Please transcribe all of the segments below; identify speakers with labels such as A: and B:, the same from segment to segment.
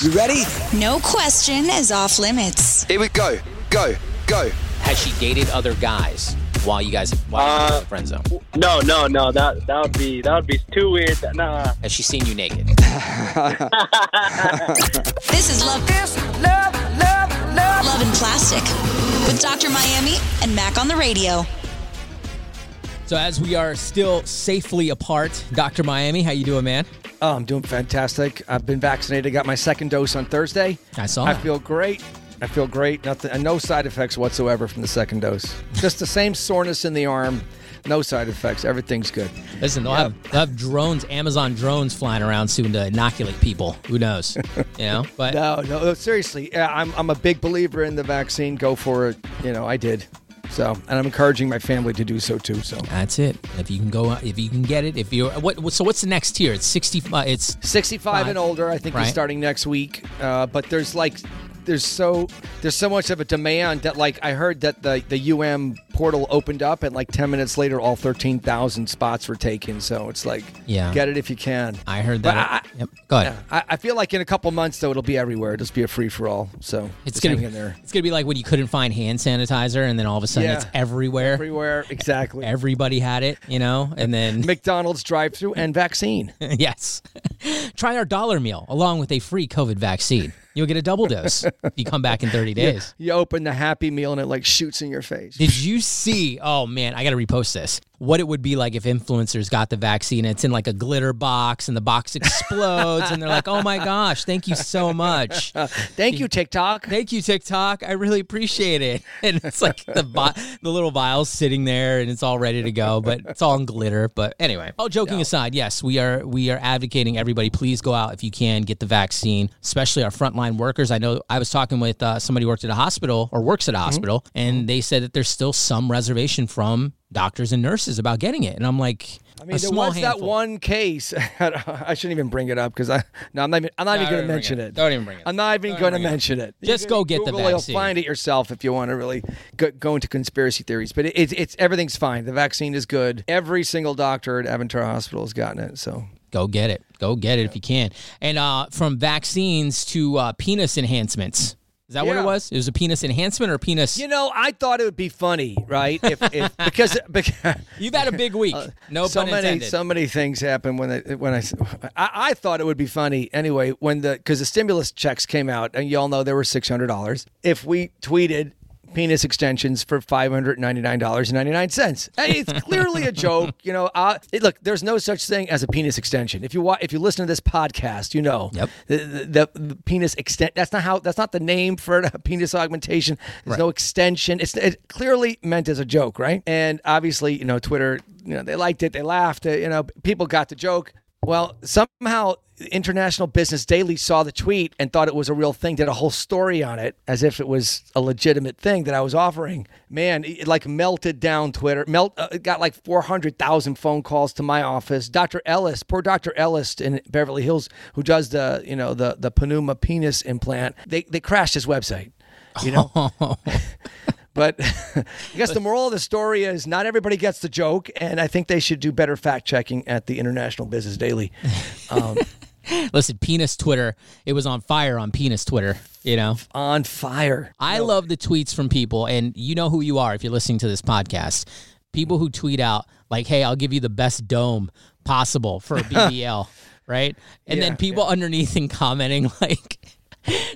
A: You ready?
B: No question is off limits.
A: Here we go. Go. Go.
C: Has she dated other guys while you guys while you guys were in
A: Uh,
C: the friend zone?
D: No, no, no. That that would be that would be too weird. Nah.
C: Has she seen you naked?
B: This is Love. love, love, love. and Plastic with Dr. Miami and Mac on the radio.
E: So as we are still safely apart, Dr. Miami, how you doing, man?
A: Oh, I'm doing fantastic. I've been vaccinated. Got my second dose on Thursday.
E: I saw
A: I
E: that.
A: feel great. I feel great. Nothing. and No side effects whatsoever from the second dose. Just the same soreness in the arm. No side effects. Everything's good.
E: Listen, they'll, have, they'll have drones, Amazon drones flying around soon to inoculate people. Who knows? You know? But
A: No, no, no, seriously. Yeah, I'm, I'm a big believer in the vaccine. Go for it. You know, I did. So, and I'm encouraging my family to do so too. So,
E: that's it. If you can go, if you can get it, if you what, what so what's the next tier? It's sixty five. It's
A: 65
E: Right.
A: and older, I think,
E: Right.
A: is starting next week. Uh, but there's like, there's so there's so much of a demand that like I heard that the the UM portal opened up and like 10 minutes later, all 13,000 spots were taken. So it's like,
E: Yeah.
A: get it if you can.
E: I heard
A: But
E: that.
A: I-
E: yep. Go ahead.
A: Yeah, I, I feel like in a couple months though, it'll be everywhere. It'll just be a free for all. So
E: It's
A: just
E: gonna
A: hang
E: be
A: in there.
E: It's gonna be like when you couldn't find hand sanitizer, and then all of a sudden
A: Yeah.
E: it's everywhere.
A: Everywhere, exactly.
E: Everybody had it, you know, and then
A: McDonald's drive-through and vaccine.
E: yes, try our dollar meal along with a free COVID vaccine. You'll get a double dose. if you come back in thirty days.
A: You open the Happy Meal and it like shoots in your face.
E: Did you see? Oh man, I got to repost this. What it would be like if influencers got the vaccine? It's in like a glitter box, and the box explodes, and they're like, "Oh my gosh, thank you so much,
A: Thank you, TikTok.
E: thank you TikTok, I really appreciate it." And it's like the vi- the little vial's sitting there, and it's all ready to go, but it's all in glitter. But anyway, all joking aside, yes, we are we are advocating everybody. Please go out if you can get the vaccine, especially our frontline workers. I know I was talking with uh, somebody who worked at a hospital or works at
A: Mm-hmm.
E: a hospital, and they said that there's still some reservation from doctors and nurses about getting it. And I'm like,
A: I mean,
E: a
A: there
E: small
A: was that
E: handful.
A: one case. I shouldn't even bring it up because I no, I'm not even, I'm not
E: don't
A: even going
E: even
A: to
E: bring
A: mention
E: it.
A: it.
E: Don't even bring it.
A: I'm not even going to mention it. You
E: Just
A: can
E: go get the
A: Google
E: vaccine.
A: You'll find it yourself if you want to really go, go into conspiracy theories. But it, it's it's everything's fine. The vaccine is good. Every single doctor at Aventura Hospital has gotten it. So
E: go get it. Go get it if you can. And uh, from vaccines to uh, penis enhancements. Is that what it
A: Yeah.
E: was? It was a penis enhancement or penis?
A: you know, I thought it would be funny, right? If, if because. because
E: You've had a big week.
A: Uh,
E: No
A: so
E: pun
A: many,
E: intended.
A: So many things happen when they, when I, I I thought it would be funny anyway when the because the stimulus checks came out and y'all know they were six hundred dollars. If we tweeted penis extensions for five hundred ninety nine dollars and ninety nine cents, it's clearly a joke. You know, uh, it, look, there's no such thing as a penis extension. If you wa- if you listen to this podcast, you know
E: Yep.
A: the, the, the penis extent. That's not how. That's not the name for it, penis augmentation. There's no extension. It's it clearly meant as a joke, right? And obviously, you know, Twitter, you know, they liked it, they laughed, uh, you know, people got the joke. Well, somehow International Business Daily saw the tweet and thought it was a real thing, did a whole story on it as if it was a legitimate thing that I was offering. Man, it like melted down Twitter. Melt uh, it got like 400,000 phone calls to my office. Dr. Ellis, poor Dr. Ellis in Beverly Hills who does the, you know, the the Pneuma penis implant. They they crashed his website. You know, but I guess the moral of the story is not everybody gets the joke, and I think they should do better fact checking at the International Business Daily.
E: Listen, penis Twitter. It was on fire on penis Twitter. You know,
A: On fire.
E: I love the tweets from people, and you know who you are if you're listening to this podcast. People who tweet out like, "Hey, I'll give you the best dome possible for a BBL," right? And
A: Yeah,
E: then people underneath and commenting like.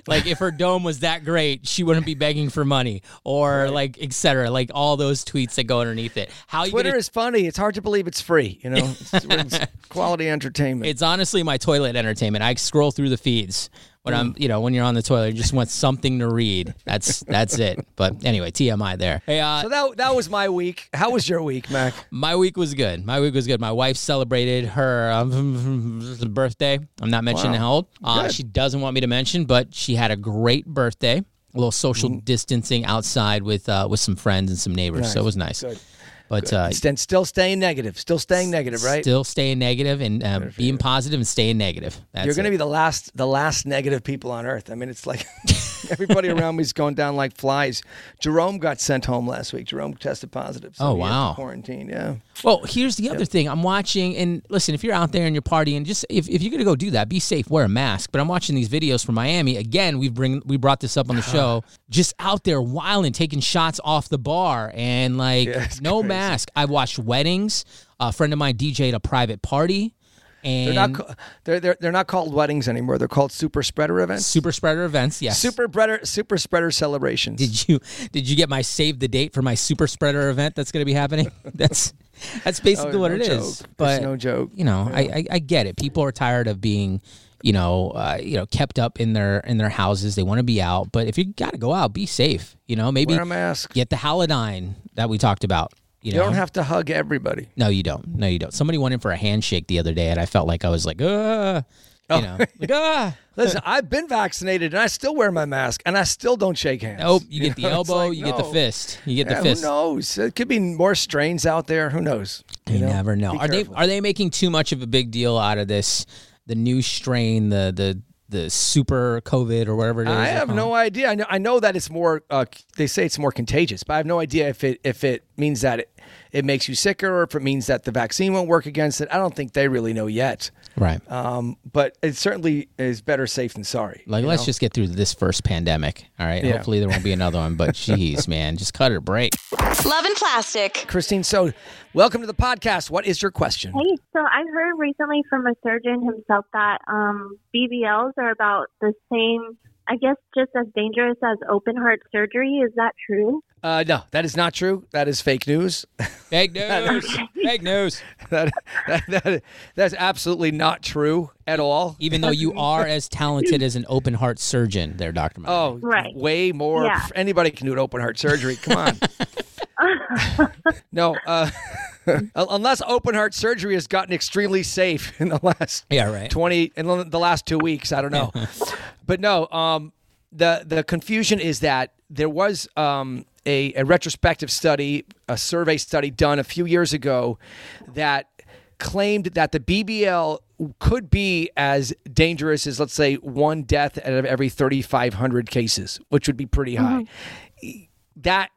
E: like if her dome was that great, she wouldn't be begging for money or like et cetera. Like all those tweets that go underneath it. How you
A: Twitter
E: gonna-
A: is funny. It's hard to believe it's free. You know, it's, it's quality entertainment.
E: It's honestly my toilet entertainment. I scroll through the feeds when I'm,
A: Mm.
E: you know, when you're on the toilet, you just want something to read. That's that's it. But anyway, TMI there. Hey, uh,
A: so that that was my week. How was your week, Mac?
E: my week was good. My week was good. My wife celebrated her um, birthday. I'm not mentioning how old. Uh, she doesn't want me to mention, but she had a great birthday. A little social
A: Mm.
E: distancing outside with uh, with some friends and some neighbors, so it was nice. But uh,
A: St- still staying negative. Still staying negative, right?
E: still staying negative and uh, being positive and staying negative. That's
A: You're going
E: it.
A: to be the last the last negative people on earth. I mean, it's like Everybody around me is going down like flies. Jerome got sent home last week. Jerome tested positive. So
E: Oh,
A: he had to
E: wow.
A: Quarantine. Yeah.
E: Well, here's the other thing. I'm watching, and listen, if you're out there and you're partying, just if, if you're gonna go do that, be safe, wear a mask. But I'm watching these videos from Miami. Again, we bring we brought this up on the show. just out there wilding, taking shots off the bar, and like
A: it's
E: no
A: crazy.
E: mask. I watched weddings. A friend of mine DJ'd a private party, and
A: They're not ca- they're, they're they're not called weddings anymore. They're called super spreader events.
E: super spreader events. Yes,
A: Super spreader super spreader celebrations.
E: Did you did you get my save the date for my super spreader event that's going to be happening? That's that's basically
A: Oh,
E: what
A: no
E: it is.
A: joke. It's
E: But
A: no joke.
E: You know, I, I I get it. People are tired of being, you know, uh, you know, kept up in their in their houses. They want to be out, but if you got to go out, be safe. You know, maybe
A: Wear a mask.
E: Get the halidine that we talked about. You,
A: you
E: know?
A: don't have to hug everybody.
E: No, you don't. No, you don't. Somebody went in for a handshake the other day, and I felt like I was like, ah,
A: Oh.
E: you know, like ah.
A: Listen, I've been vaccinated and I still wear my mask and I still don't shake hands.
E: Nope, you get the
A: know, it's
E: elbow,
A: like,
E: you get the
A: no.
E: fist, you get
A: Yeah,
E: the fist.
A: Who knows? It could be more strains out there. Who knows?
E: You, never know.
A: Be
E: Are
A: careful.
E: they are they making too much of a big deal out of this? The new strain, the the the super COVID or whatever it is.
A: I have no idea. I know, I know that it's more. Uh, they say it's more contagious, but I have no idea if it if it means that it, it makes you sicker or if it means that the vaccine won't work against it. I don't think they really know yet.
E: right.
A: Um, but it certainly is better safe than sorry.
E: like let's just get through this first pandemic. All right.
A: Yeah.
E: Hopefully there won't be another one. But jeez, man, just cut it a break.
B: Love and plastic.
A: Christine, so welcome to the podcast. What is your question?
F: Hey, so I heard recently from a surgeon himself that um, BBLs are about the same, I guess, just as dangerous as open heart surgery. Is that true?
A: Uh, no, that is not true. That is fake news.
E: Fake news. Fake news.
A: that, that, that that's absolutely not true at all.
E: Even though you are as talented as an open heart surgeon, there, Doctor.
A: Oh,
F: Right.
A: way more.
F: Yeah.
A: pff, Anybody can do an open heart surgery. Come on. no, uh, un- unless open heart surgery has gotten extremely safe in the last
E: Yeah, right.
A: 20 in the last 2 weeks, I don't know. but no, um the the confusion is that there was um a, a retrospective study, a survey study done a few years ago that claimed that the BBL could be as dangerous as let's say one death out of every 3500 cases, which would be pretty high that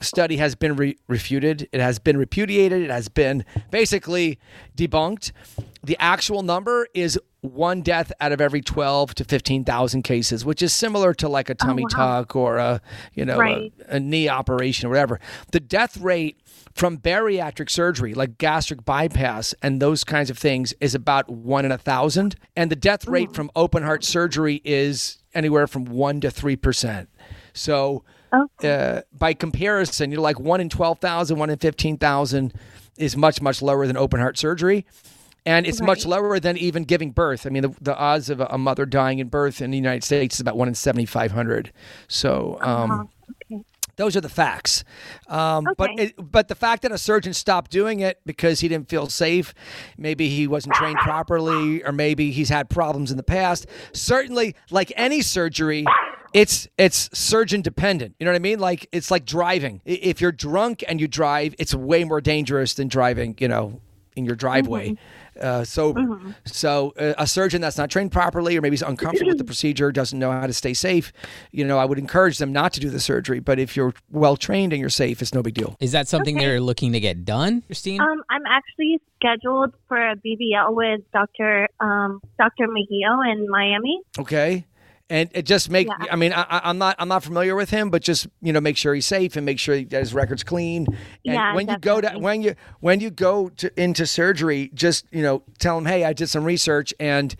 A: study has been re- refuted. It has been repudiated. It has been basically debunked. The actual number is one death out of every 12 to 15,000 cases, which is similar to like a tummy tuck or a, you know, a-
F: Right.
A: a, knee operation or whatever. The death rate from bariatric surgery, like gastric bypass and those kinds of things, is about one in a thousand. And the death rate from open heart surgery is anywhere from one to 3%. So, uh, by comparison, you're like one in 12,000, one in 15,000 is much, much lower than open heart surgery. And it's much lower than even giving birth. I mean, the, the odds of a, a mother dying in birth in the United States is about one in 7,500. So, um, those are the facts. Um, But
F: Okay.
A: it, but the fact that a surgeon stopped doing it because he didn't feel safe, maybe he wasn't trained properly, or maybe he's had problems in the past. Certainly, like any surgery. It's it's surgeon dependent. You know what I mean? Like it's like driving. I- If you're drunk and you drive, it's way more dangerous than driving. You know, in your driveway.
F: Mm-hmm.
A: Uh, so, so uh, a surgeon that's not trained properly, or maybe is uncomfortable with the procedure, doesn't know how to stay safe. You know, I would encourage them not to do the surgery. But if you're well trained and you're safe, it's no big deal.
E: Is that something they're looking to get done, Christine?
F: Um, I'm actually scheduled for a BBL with Dr. Um, Dr. Mejio in Miami.
A: Okay. And it just make. I mean, I, I- I'm not. I'm not familiar with him, but just you know, make sure he's safe and make sure that his record's clean. And
F: Yeah,
A: when you go to
F: definitely.
A: when you when you go to into surgery, just you know, tell him, hey, I did some research, and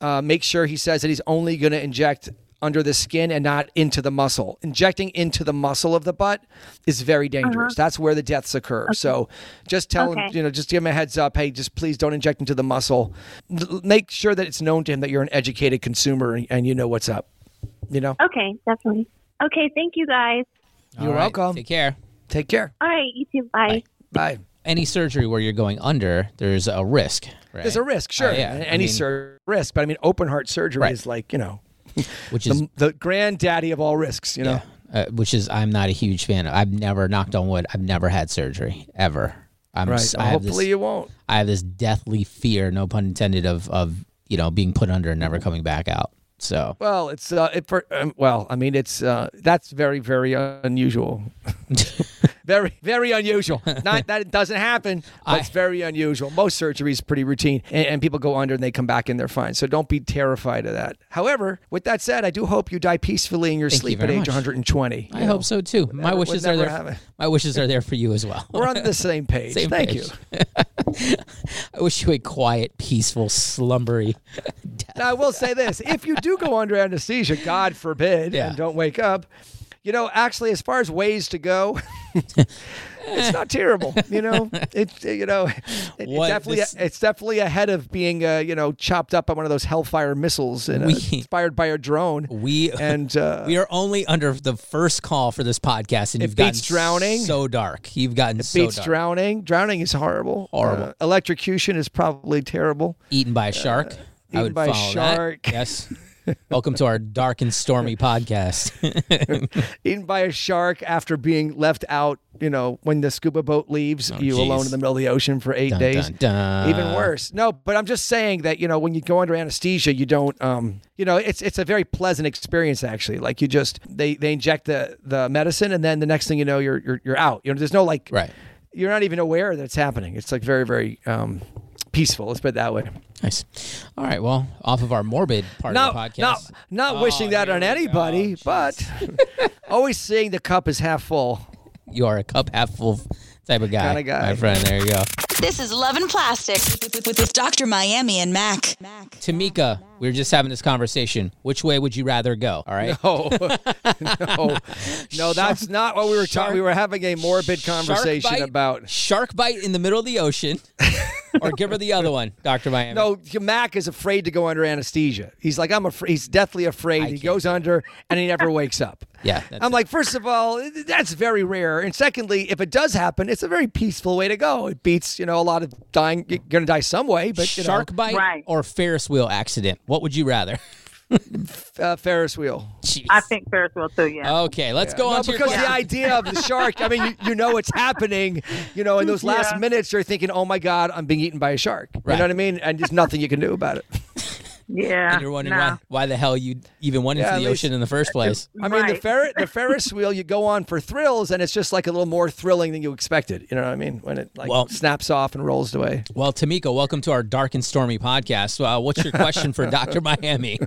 A: uh, make sure he says that he's only going to inject under the skin and not into the muscle. Injecting into the muscle of the butt is very dangerous. That's where the deaths occur. So just tell him,
F: Okay.
A: you know, just give him a heads up. Hey, just please don't inject into the muscle. L- make sure that it's known to him that you're an educated consumer and, and you know what's up. You know,
F: Okay, definitely. Okay, thank you guys.
E: All
A: you're
E: right,
A: welcome.
E: Take care.
A: Take care.
F: All right, you too. Bye.
A: Bye.
E: Any surgery where you're going under, there's a risk. Right?
A: There's a risk, sure.
E: Uh, yeah.
A: Any
E: I mean-
A: sur- risk, but I mean, open heart surgery
E: Right.
A: is like, you know,
E: which is
A: the, the granddaddy of all risks, you know?
E: Yeah. Uh, which is I'm not a huge fan of. I've never knocked on wood. I've never had surgery ever. I'm
A: Right.
E: s-
A: So
E: I have
A: hopefully
E: this,
A: you won't.
E: I have this deathly fear, no pun intended, of of you know being put under and never coming back out. So
A: Well, it's uh, it for, um, well, I mean, it's uh, that's very, very unusual. very, very unusual. Not that it doesn't happen, but it's very unusual. Most surgery is pretty routine, and, and people go under and they come back and they're fine. So don't be terrified of that. However, with that said, I do hope you die peacefully in your
E: Thank you
A: sleep
E: very
A: at
E: much.
A: age 120.
E: I hope so too. my
A: would
E: wishes are
A: never
E: there.
A: happen.
E: My wishes are there for you as well.
A: We're on the same page.
E: Same
A: Thank
E: page.
A: you.
E: I wish you a quiet, peaceful, slumbery death.
A: Now, I will say this if you do go under anesthesia, God forbid,
E: Yeah.
A: and don't wake up, you know, actually, as far as ways to go, it's not terrible. You know, it's, you know, it, it
E: What
A: definitely,
E: this-
A: it's definitely ahead of being, uh, you know, chopped up by one of those Hellfire missiles and uh,
E: We-
A: inspired by a drone.
E: We
A: and, uh,
E: we are only under the first call for this podcast, and
A: It
E: you've gotten
A: beats drowning.
E: so dark. You've gotten so
A: Beats
E: dark.
A: drowning. Drowning is horrible.
E: Horrible.
A: Uh, electrocution is probably terrible.
E: Eaten by a shark. I
A: Uh, eaten
E: would
A: by a
E: follow that.
A: shark.
E: Yes. Welcome to our dark and stormy podcast.
A: eaten by a shark after being left out, you know, when the scuba boat leaves, you
E: geez.
A: alone in the middle of the ocean for eight
E: Oh, Dun,
A: days.
E: dun, dun.
A: Even worse. No, but I'm just saying that, you know, when you go under anesthesia, you don't um you know, it's it's a very pleasant experience actually. Like you just they they inject the the medicine and then the next thing you know you're you're you're out. You know, there's no like
E: Right.
A: you're not even aware that it's happening. It's like very, very um peaceful, let's put it that way.
E: nice. All right. Well, off of our morbid part
A: No,
E: of the podcast.
A: not not
E: Oh,
A: wishing that
E: here
A: on
E: we go.
A: anybody, but always seeing the cup is half full.
E: you are a cup half full type of guy,
A: Kinda guy.
E: my friend. There you go.
B: This is Love and Plastic with, with, with, with Dr. Miami and Mac. Mac.
E: Tamika, we were just having this conversation. Which way would you rather go? All right.
A: No, no, no, that's not what we were talking. We were having a morbid conversation
E: shark bite,
A: about.
E: shark bite in the middle of the ocean, or give her the other one, Doctor Miami.
A: No, Mac is afraid to go under anesthesia. He's like, I'm afraid. He's deathly afraid. he goes under and he never wakes up.
E: Yeah, that's
A: I'm
E: it.
A: like, first of all, that's very rare, and secondly, if it does happen, it's a very peaceful way to go. It beats, you know, a lot of dying. You're gonna die some way, but you
E: shark bite
G: Right.
E: or Ferris wheel accident. What would you rather?
A: know, uh, Ferris wheel.
E: Jeez.
G: I think Ferris will too. Yeah.
A: Oh,
E: Okay, let's go on
A: No,
E: to your
A: because the
E: question.
A: idea of the shark, I mean, you, you know it's happening. You know, in those last
G: Yeah.
A: minutes, you're thinking, oh my God, I'm being eaten by a shark. You
E: Right.
A: know what I mean? And there's nothing you can do about it.
G: yeah.
E: and you're wondering
G: no.
E: why, why the hell you even went
A: Yeah,
E: into
A: at
E: the
A: least-
E: ocean in the first place.
A: I mean, the,
G: Right.
A: fer- the Ferris wheel, you go on for thrills, and it's just like a little more thrilling than you expected. You know what I mean? When it like
E: Well-
A: snaps off and rolls away.
E: Well, Tamika, welcome to our dark and stormy podcast. Uh, what's your question for Doctor Miami?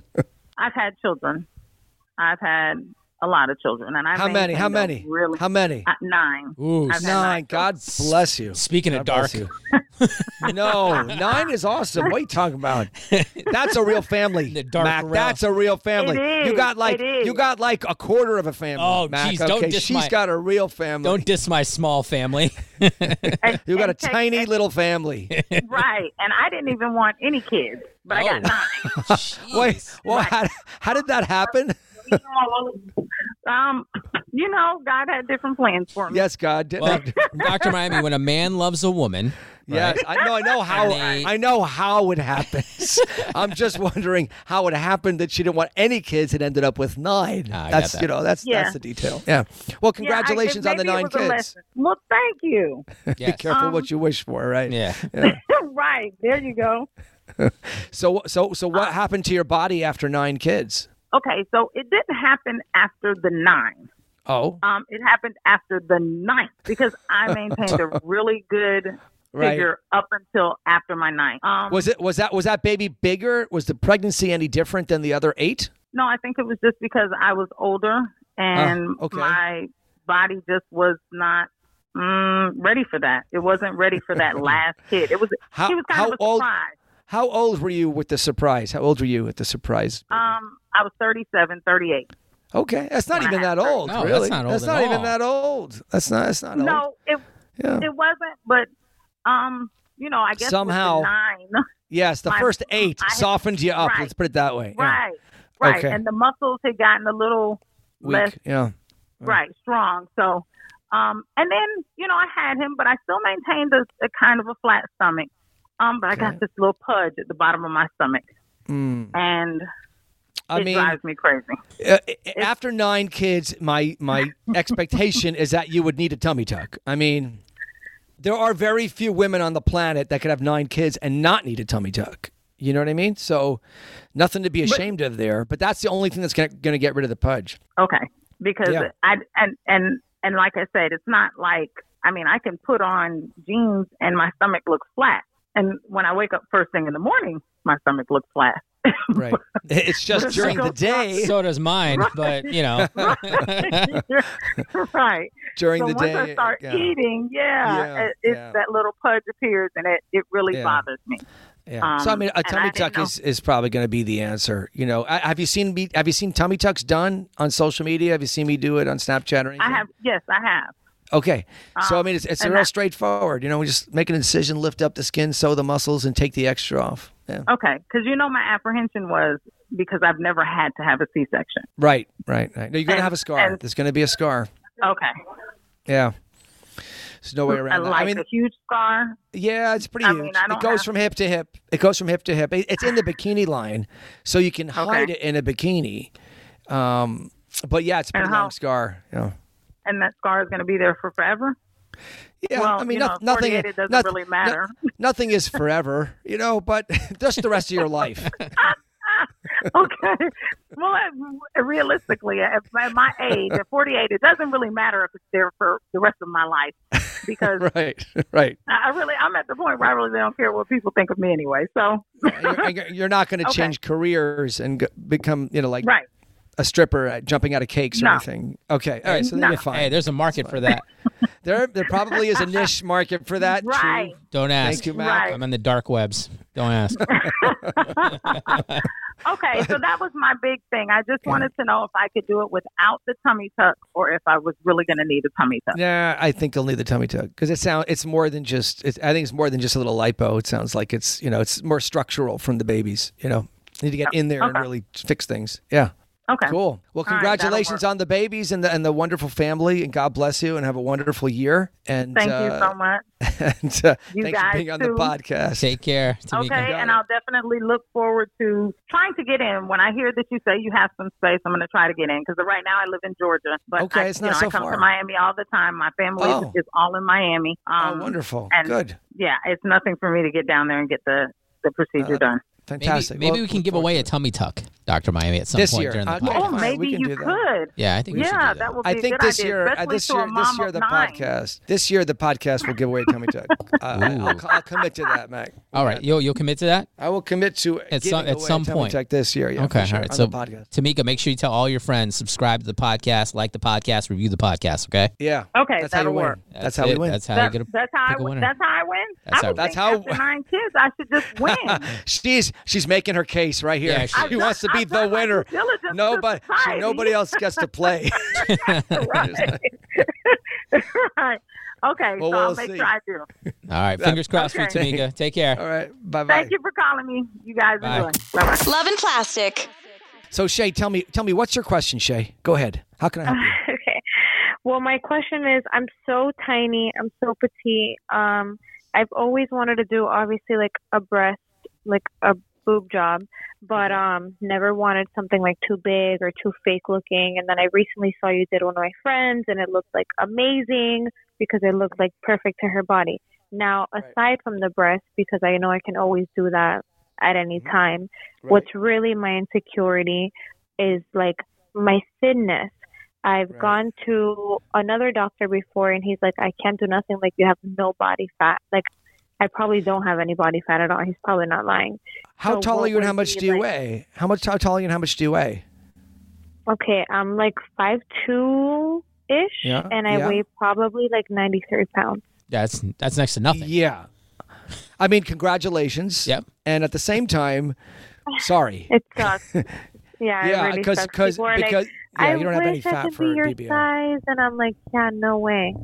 G: I've had children. I've had a lot of children, and I
A: How many? How
G: maintained
A: many?
G: a Really,
A: How many?
G: uh, nine.
E: Ooh,
G: I've had
A: Nine. God bless you.
E: Speaking of
A: God bless
E: dark,
A: you. no, nine is awesome. What are you talking about? That's a real family,
E: The dark
A: Mac.
E: realm.
A: That's a real family.
G: It
A: You
G: is,
A: got like
G: it is.
A: you got like a quarter of a family.
E: Oh,
A: Mac.
E: geez,
A: okay,
E: don't diss
A: she's
E: my-
A: got a real family.
E: don't diss my small family.
G: And-
A: you got a
G: and take-
A: tiny little family.
G: right, and I didn't even want any kids, but I got
E: Oh.
G: nine.
A: Wait, well, how, how did that happen?
G: um, you know, God had different plans for me.
A: Yes, God. did
E: Well,
A: that.
E: Dr. Miami, when a man loves a woman,
A: Yes, I know. I know how.
E: they-
A: I know how it happens. I'm just wondering how it happened that she didn't want any kids and ended up with nine.
E: Ah, I got
A: that's
E: that.
A: you know that's
G: Yeah.
A: that's the detail. Yeah. Well,
G: Yeah, I- it-
A: congratulations on the
G: maybe it
A: nine
G: was a
A: kids.
G: lesson. Um, Well, thank you.
A: Be
E: yes.
A: careful what you wish for, right?
E: Yeah.
G: right there, you go.
A: So so so
G: Uh,
A: what happened to your body after nine kids?
G: Okay, so it didn't happen after the nine.
A: Oh,
G: Um, it happened after the ninth because I maintained a really good
A: Right.
G: figure up until after my ninth. Um,
A: was it was that was that baby bigger? Was the pregnancy any different than the other eight?
G: no, I think it was just because I was older and
A: Ah, okay.
G: my body just was not mm, ready for that. It wasn't ready for that last kid. It was.
A: How-
G: he was kind
A: how
G: of a
A: old-
G: surprise.
A: How old were you with the surprise? How old were you with the surprise?
G: Um, I was 37, 38.
A: okay, that's not
G: when I
A: even
G: had
A: that old.
E: No, that's
A: really,
E: not old
A: That's
E: at
A: not even
E: all.
A: that old. That's not. That's not old.
G: No, it
A: Yeah.
G: it wasn't. But um, you know, I guess with the
A: Somehow-
G: nine.
A: Yes, the
G: My-
A: first eight
G: I-
A: softened you up.
G: right.
A: let's put it that way. Yeah.
G: Right. Right.
A: Okay.
G: And the muscles had gotten a little
A: Weak.
G: less
A: Yeah.
G: right, strong. So um and then, you know, I had him but I still maintained a, a kind of a flat stomach. Um, but I got this little pudge at the bottom of my stomach. And
A: mm. I
G: it
A: mean,
G: drives me crazy.
A: uh, after nine kids, my my expectation is that you would need a tummy tuck. I mean, there are very few women on the planet that could have nine kids and not need a tummy tuck. You know what I mean? So nothing to be ashamed of there, but that's the only thing that's going to get rid of the pudge.
G: Okay, because
A: Yeah.
G: I and and and like I said, it's not like I mean I can put on jeans and my stomach looks flat, and when I wake up first thing in the morning, my stomach looks flat.
A: Right. it's just
G: Let's
A: during
G: go
A: the day,
E: So does mine, but you know,
G: right.
A: during
G: so
A: the
G: once
A: day.
G: I start
A: yeah.
G: eating, yeah,
A: Yeah,
G: it, it's
A: yeah.
G: that little pudge appears, and it it really
A: Yeah.
G: bothers me.
A: Yeah. so I
G: Um,
A: mean, a
G: and I
A: tummy
G: didn't
A: tuck
G: know-
A: is, is probably going to be the answer. You know, I, have you seen me? Have you seen tummy tucks done on social media? Have you seen me do it on Snapchat or anything?
G: I have yes, I have.
A: Okay. So I mean, it's it's
G: and
A: real
G: that-
A: straightforward. You know, we just make an incision, lift up the skin, sew the muscles, and take the extra off. Yeah.
G: Okay, because you know my apprehension was because I've never had to have a C section.
A: Right. Right. Right. No, you're going to
G: And-
A: have a scar.
G: and-
A: There's going to be a scar.
G: Okay,
A: Yeah. There's no way
G: I
A: around that.
G: like
A: I mean,
G: a huge scar.
A: yeah, it's pretty
G: I
A: huge.
G: mean, I
A: it
G: don't
A: goes
G: have-
A: from hip to hip. It goes from hip to hip. It- It's in the bikini line, so you can hide it in a bikini. Um, but yeah, it's a pretty
G: how-
A: long scar. Yeah.
G: and that scar is going to be there for forever.
A: Yeah,
G: Well,
A: I mean,
G: you
A: no-
G: know,
A: nothing.
G: 48 it doesn't
A: noth-
G: really
A: no-
G: matter.
A: nothing is forever, you know, but just the rest of your life.
G: Okay. well, I- realistically, at at my age, at 48, it doesn't really matter if it's there for the rest of my life because
A: right, right.
G: I I really, I'm at the point where I really don't care what people think of me anyway. So,
A: You're, and you're- you're not going to
G: Okay.
A: change careers and go, become, you know, like
G: right.
A: a stripper uh, jumping out of cakes or
G: No.
A: anything. Okay, all right. So then
G: No.
A: you're fine.
E: hey, there's a market for that.
A: there, there probably is a niche market for that. true.
G: Right.
E: Don't ask.
A: Thank you, Matt.
G: Right.
E: I'm on the dark webs. Don't ask.
G: Okay. so that was my big thing. I just wanted to know if I could do it without the tummy tuck or if I was really going to need a tummy tuck.
A: Nah, I think they'll need the tummy tuck because it sound it's more than just. It's, I think it's more than just a little lipo. It sounds like it's you know it's more structural from the babies. You know, need to get in there and
G: Okay.
A: really fix things. Yeah.
G: Okay.
A: Cool. Well,
G: right, that'll
A: congratulations
G: work.
A: on the babies and the and the wonderful family, and God bless you, and have a wonderful year. And
G: Thank you
A: uh,
G: so much.
A: and, uh,
G: You
A: thanks for
G: guys
A: being on the
G: too.
A: podcast.
E: Take care. Tamika.
G: Okay, and
A: it.
G: I'll definitely look forward to trying to get in. When I hear that you say you have some space, I'm going to try to get in because right now I live in Georgia, but
A: Okay,
G: I,
A: it's
G: you
A: not
G: know,
A: so
G: I come
A: far.
G: to Miami all the time. My family is-
A: Oh.
G: is, all in Miami.
A: oh,
G: Um,
A: wonderful.
G: and-
A: Good.
G: Yeah, it's nothing for me to get down there and get the the procedure
A: Uh,
G: done.
E: Maybe,
A: Fantastic.
E: maybe
A: Well,
E: we can
A: look
E: give
A: forward
E: away
A: to
E: a
A: it.
E: tummy tuck, Dr. Miami, at some
A: This
E: point
A: year. Uh,
E: during the
A: Okay.
E: podcast.
G: Oh,
A: fine,
G: maybe
A: we can do
G: you
A: that.
G: could.
E: Yeah, I think we should do
G: Yeah,
E: that.
G: that. would be
A: I
G: a
A: think
G: good
A: this
G: idea,
A: year, uh,
G: especially
A: this
G: to a
A: year, this
G: mom
A: year,
G: of
A: the
G: nine.
A: podcast, this year, the podcast will give away a tummy tuck. Uh, I'll, co- I'll commit to that, Mac.
E: All right, you'll you'll commit to that.
A: I will commit to
E: At
A: giving
E: some- at
A: away a
E: some
A: tummy
E: point.
A: tuck this year. Yeah,
E: okay,
A: for sure,
E: all right.
A: on
E: So,
A: the podcast.
E: Tamika, make sure you tell all your friends, subscribe to the podcast, like the podcast, review the podcast. Okay,
A: Yeah.
G: Okay,
A: That's how you
G: that'll
A: win.
G: work.
A: That's, how we
E: it.
A: win.
E: That's how
G: That-
E: you get a,
G: that's how I
E: pick a
G: win.
E: winner.
G: That's how I win.
E: That's
G: I would
E: how-
A: That's
G: think
A: how-
G: after nine kids, I should just win.
A: She's she's making her case right here.
E: Yeah, she
A: she
E: is.
A: wants to be
G: I've
A: the
G: done my
A: winner.
G: due diligence to
A: Nobody she,
G: society.
A: nobody else gets to play.
G: right. right. Okay,
A: Well,
G: so I'll
A: we'll
G: make
A: see.
G: sure I do.
E: All right, fingers crossed for
G: Okay.
E: you, Tamika. Take care.
A: All right. Bye bye.
G: Thank you for calling me. You guys
E: Bye.
G: enjoy. Bye bye.
B: Love and plastic.
A: So Shay, tell me tell me what's your question, Shay? Go ahead. How can I help you?
H: Okay. Well, my question is I'm so tiny, I'm so petite. Um, I've always wanted to do obviously like a breast, like a boob job, but um never wanted something like too big or too fake looking. And then I recently saw you did one of my friends and it looked like amazing because it looked like perfect to her body. Now, aside from the breast because I know I can always do that at any time, what's really my insecurity is like my thinness. I've
A: Right.
H: gone to another doctor before and he's like, I can't do nothing. Like, you have no body fat. Like, I probably don't have any body fat at all. He's probably not lying.
A: How
H: So
A: tall are
H: what
A: you and how
H: would
A: much
H: be
A: do you
H: like-
A: weigh? How much how tall are you and how much do you weigh?
H: Okay, I'm like five two ish,
A: Yeah,
H: and I
A: yeah.
H: weigh probably like 93 pounds.
E: That's that's next to nothing.
A: Yeah. I mean, congratulations.
E: Yep.
A: And at the same time, sorry.
H: It sucks. yeah, it
A: yeah,
H: really
A: because
H: sucks.
A: because
H: People are like,
A: because yeah,
H: I
A: you don't have any
H: wish I
A: fat
H: could
A: for
H: be your
A: BBL.
H: size, and I'm like, yeah, no way.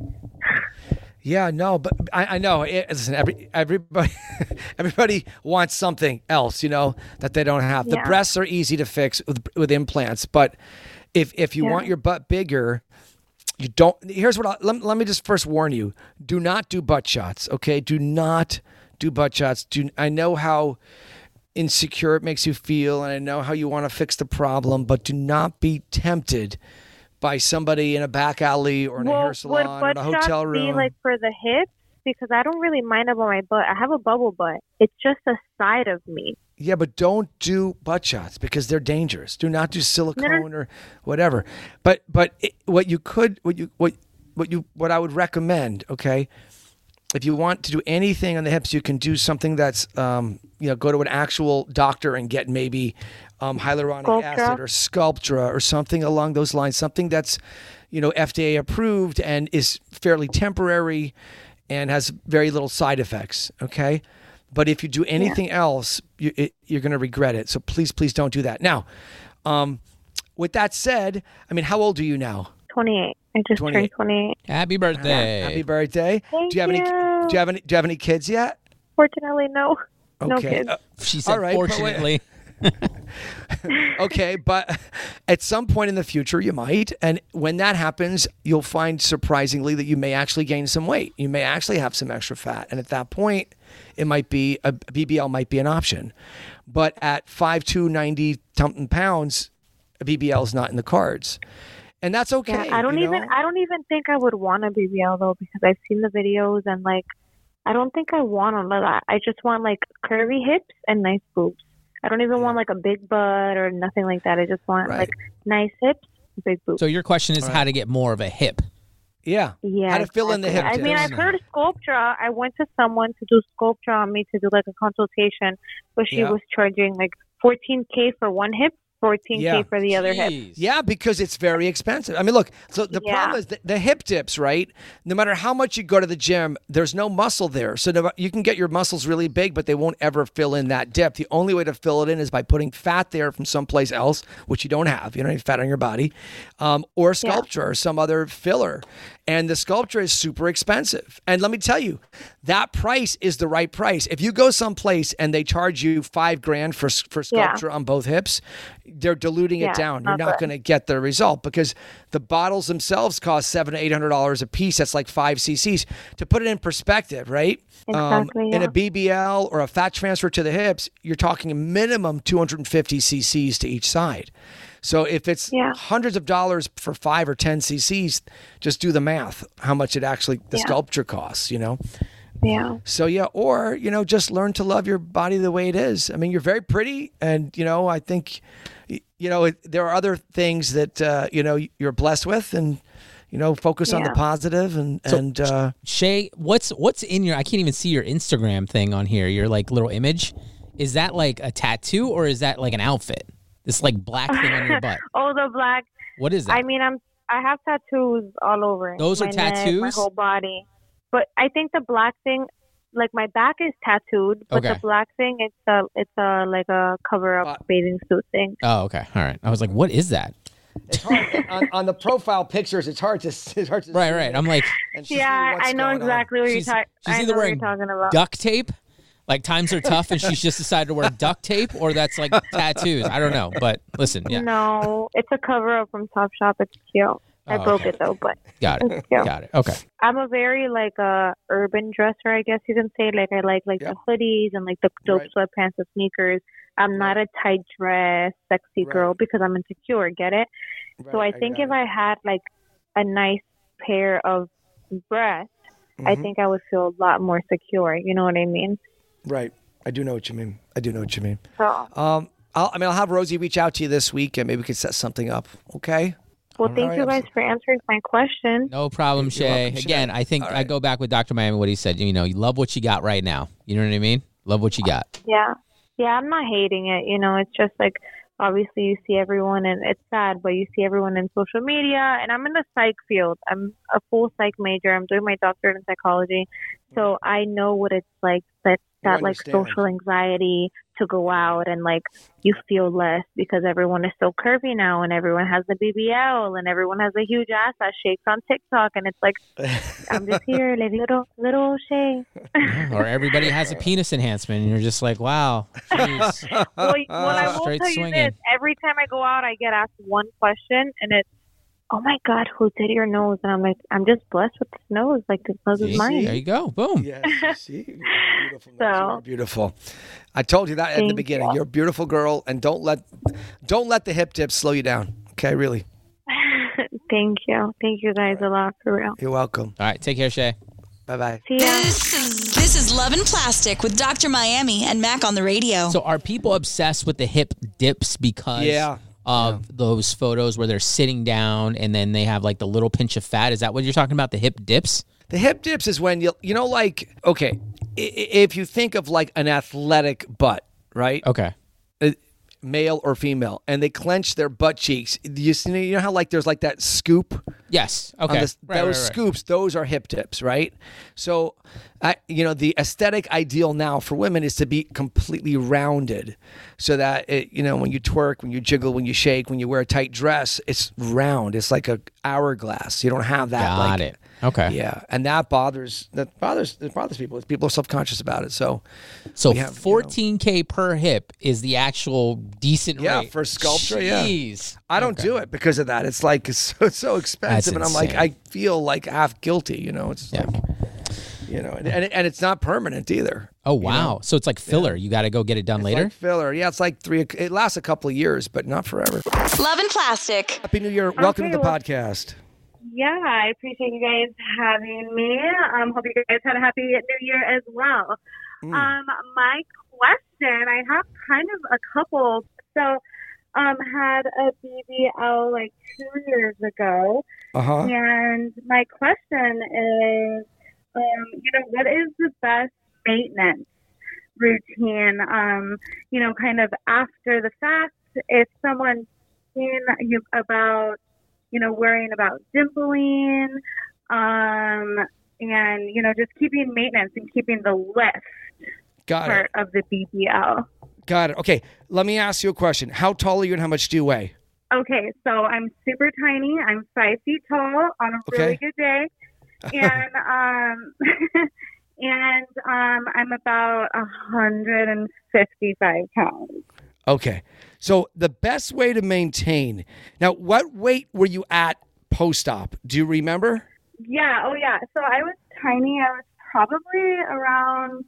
A: Yeah, no, but I, I know. It, listen, every, everybody, everybody wants something else, you know, that they don't have. The
H: Yeah.
A: breasts are easy to fix with, with implants, but if if you want your butt bigger, you don't. Here's what. I, let, let me just first warn you: do not do butt shots. Okay, do not do butt shots. Do I know how insecure it makes you feel, and I know how you want to fix the problem, but do not be tempted by somebody in a back alley or in a hair salon or
H: would
A: in a
H: butt
A: hotel
H: shots
A: room.
H: be like for the hips? Because I don't really mind about my butt. I have a bubble butt. It's just a side of me.
A: Yeah, but don't do butt shots because they're dangerous. Do not do silicone or whatever. But but it, what you could what you what what you what I would recommend, okay? If you want to do anything on the hips, you can do something that's um, you know, go to an actual doctor and get maybe um, hyaluronic
H: Sculptra?
A: acid or Sculptra or something along those lines, something that's you know FDA approved and is fairly temporary and has very little side effects. Okay, but if you do anything else, you, it, you're going to regret it. So please, please don't do that. Now, um, with that said, I mean, how old are you now?
H: 28. I just
A: 28.
H: turned 28.
E: Happy birthday.
A: Happy birthday!
H: Thank
A: do you have any?
H: you.
A: Do you have any? Do you have any kids yet?
H: Fortunately, no. No
A: Okay.
H: kids.
A: Uh,
E: she said,
A: All right, but wait-
E: fortunately.
A: okay, but at some point in the future, you might. And when that happens, you'll find surprisingly that you may actually gain some weight. You may actually have some extra fat. And at that point, it might be a BBL might be an option. But at 5'2, 90 something pounds, a BBL is not in the cards. And that's okay.
H: I don't
A: you
H: even
A: know?
H: I don't even think I would want a BBL though because I've seen the videos and like I don't think I want all of that. I just want like curvy hips and nice boobs. I don't even want like a big butt or nothing like that. I just want
A: Right.
H: like nice hips, big boobs.
E: So your question is how to get more of a hip.
A: Yeah.
H: yeah.
A: How to fill in the hip.
H: I mean,
A: dips.
H: I've heard of Sculptra. I went to someone to do Sculptra on me to do like a consultation, but she
A: Yeah.
H: was charging like 14k for one hip, 14k
A: Yeah.
H: for the other hip.
E: Jeez.
A: Yeah, because it's very expensive. I mean, look, so the
H: Yeah.
A: problem is the, the hip dips, right? No matter how much you go to the gym, there's no muscle there. So no, you can get your muscles really big, but they won't ever fill in that depth. The only way to fill it in is by putting fat there from someplace else, which you don't have. You don't have any fat on your body, um, or sculpture or some other filler. And the sculpture is super expensive. And let me tell you, that price is the right price. If you go someplace and they charge you five grand for, s- for
H: Yeah.
A: sculpture on both hips, they're diluting it
H: Yeah,
A: down. You're
H: not
A: not
H: good.
A: going to get the result because the bottles themselves cost seven to eight hundred dollars a piece. That's like five cc's. To put it in perspective, right?
E: Um,
H: Exactly,
A: In a
H: yeah.
A: BBL or a fat transfer to the hips, you're talking a minimum two hundred and fifty cc's to each side. So if it's
H: Yeah.
A: hundreds of dollars for five or ten cc's, just do the math. How much it actually the sculpture costs, you know?
H: Yeah.
A: So yeah, or you know, just learn to love your body the way it is. I mean, you're very pretty, and you know, I think, y- you know, it, there are other things that uh, you know you're blessed with, and you know, focus on the
H: Yeah.
A: positive and and uh,
E: Shay, what's what's in your I can't even see your Instagram thing on here, your like little image. Is that like a tattoo or is that like an outfit? This like black thing on your butt.
H: Oh, the black
E: What is that?
H: I mean, I'm I have tattoos all over.
E: Those are
H: My neck, my
E: tattoos?
H: whole body. But I think the black thing, like my back is tattooed, but
E: Okay.
H: the black thing, it's a it's a like a cover up bathing suit thing.
E: oh, okay. All right. I was like, what is that?
A: it's hard, on, on the profile pictures, it's hard to it's hard to
E: Right, right. I'm like
A: and see
H: Yeah,
A: what's
H: I know
A: going on.
H: exactly what you're
E: she's,
H: talking.
E: she's
H: I
E: either
H: know what you're
E: wearing
H: talking about.
E: duct tape, like times are tough and she's just decided to wear duct tape, or that's like tattoos. I don't know. But listen, yeah.
H: No, it's a cover up from Top Shop. It's cute. I
E: Oh,
H: broke
E: okay.
H: it though, but
E: Got it.
H: Yeah.
E: Got it. Okay.
H: I'm a very like uh, urban dresser, I guess you can say. Like I like like
A: Yeah.
H: the hoodies and like the dope
A: Right.
H: sweatpants and sneakers. I'm not a tight dress, sexy
A: Right.
H: girl because I'm insecure. Get it? so I
A: Right,
H: think
A: got
H: if
A: it.
H: I had like a nice pair of breasts, I
A: Mm-hmm.
H: think I would feel a lot more secure. You know what I mean?
A: right, I do know what you mean. I do know what you mean.
H: So,
A: Um, I'll, I mean, I'll have Rosie reach out to you this week, and maybe we could set something up. Okay.
H: well, thank you guys for answering my question.
E: No problem, Shay.
A: welcome, Shay.
E: Again, I think
A: All
E: I
A: right.
E: go back with Dr. Miami what he said. You know, you love what you got right now. You know what I mean? Love what you got.
H: Yeah. Yeah, I'm not hating it. You know, it's just like obviously you see everyone and it's sad, but you see everyone in social media and I'm in the psych field. I'm a full psych major. I'm doing my doctorate in psychology. So I know what it's like that that like
A: understand.
H: social anxiety to go out and like you feel less because everyone is so curvy now and everyone has the BBL and everyone has a huge ass that shakes on TikTok and it's like I'm just here like little little Shay.
E: or everybody has a penis enhancement, and you're just like, wow. jeez.
H: well, well, I will
E: Straight
H: tell
E: swinging.
H: you this: every time I go out, I get asked one question, and it's, "Oh my God, who did your nose?" And I'm like, "I'm just blessed with this nose. Like this nose
E: See?
H: is mine."
E: There you go. Boom.
A: Yes, you see, You're beautiful.
H: So-
A: You're beautiful. I told you that at the
H: Thank
A: beginning. You're a beautiful girl, and don't let don't let the hip dips slow you down. Okay, really.
H: Thank you, thank you guys a lot for real.
A: You're welcome.
E: All right. Take care, Shay.
A: Bye bye.
H: See ya.
B: This is, this is is Love and Plastic with Dr. Miami and Mac on the radio.
E: So are people obsessed with the hip dips because
A: Yeah.
E: of those photos where they're sitting down and then they have like the little pinch of fat? Is that what you're talking about? The hip dips?
A: The hip dips is when you you know like okay, i- i- if you think of like an athletic butt, right?
E: Okay.
A: uh, male or female, and they clench their butt cheeks. You, see, you know how like there's like that scoop
E: Yes. Okay.
A: on this,
E: Right, right,
A: those
E: right.
A: scoops. Those are hip dips, right? So, I you know the aesthetic ideal now for women is to be completely rounded, so that it, you know when you twerk, when you jiggle, when you shake, when you wear a tight dress, it's round. It's like a hourglass. You don't have that.
E: Got
A: like,
E: it. Okay.
A: Yeah, and that bothers that bothers it bothers people. People are self conscious about it. So,
E: So
A: we have, you know-
E: 14k per hip is the actual decent
A: Yeah,
E: rate
A: for sculpture, yeah.
E: Jeez.
A: I don't do it because of that. It's like it's so, it's so expensive, and I'm like
E: insane.
A: I feel like half guilty. You know, it's
E: Yeah.
A: like you know, and, and and it's not permanent either.
E: Oh wow. So it's like filler. You got to go get it done
A: It's
E: later.
A: like filler. Yeah, it's like three. It lasts a couple of years, but not forever.
B: Love and Plastic.
A: Happy New Year! Welcome to the
H: uh,
A: podcast.
H: Yeah, I appreciate you guys having me. Um, hope you guys had a happy New Year as well.
E: Hmm.
A: Mm.
H: Um, my question, I have kind of a couple. So, um, had a BBL like two years ago,
A: Uh huh.
H: and my question is, um, you know, what is the best maintenance routine? Um, you know, kind of after the fact, if someone's seen you about, you know, worrying about dimpling, um, and you know, just keeping maintenance and keeping the lift
A: Got it.
H: part of the BBL.
A: Got it. Okay, let me ask you a question. How tall are you, and how much do you weigh?
H: Okay, so I'm super tiny. I'm five feet tall on a really
A: Okay.
H: good day, and um, and um, I'm about 155 pounds.
A: Okay, so the best way to maintain. Now, what weight were you at post op? Do you remember?
H: Yeah. Oh, yeah. So I was tiny. I was probably around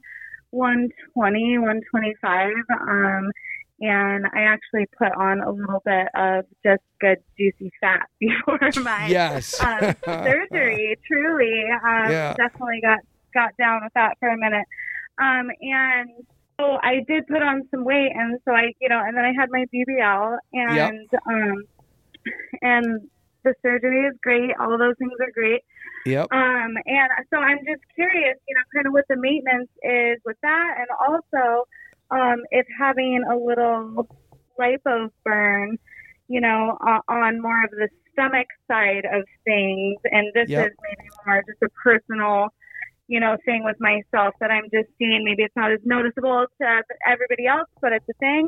H: 120, 125. Um, and I actually put on a little bit of just good juicy fat before my
A: Yes.
H: um, surgery. Truly, um,
A: Yeah.
H: definitely got got down with that for a minute. Um, and so I did put on some weight, and so I, you know, and then I had my BBL, and um, and the surgery is great. All those things are great.
A: Yep.
H: Um, and so I'm just curious, you know, kind of what the maintenance is with that, and also um, if having a little lipo burn, you know, uh, on more of the stomach side of things. And this
A: Yep.
H: is maybe more just a personal, you know, thing with myself that I'm just seeing. Maybe it's not as noticeable to everybody else, but it's a thing.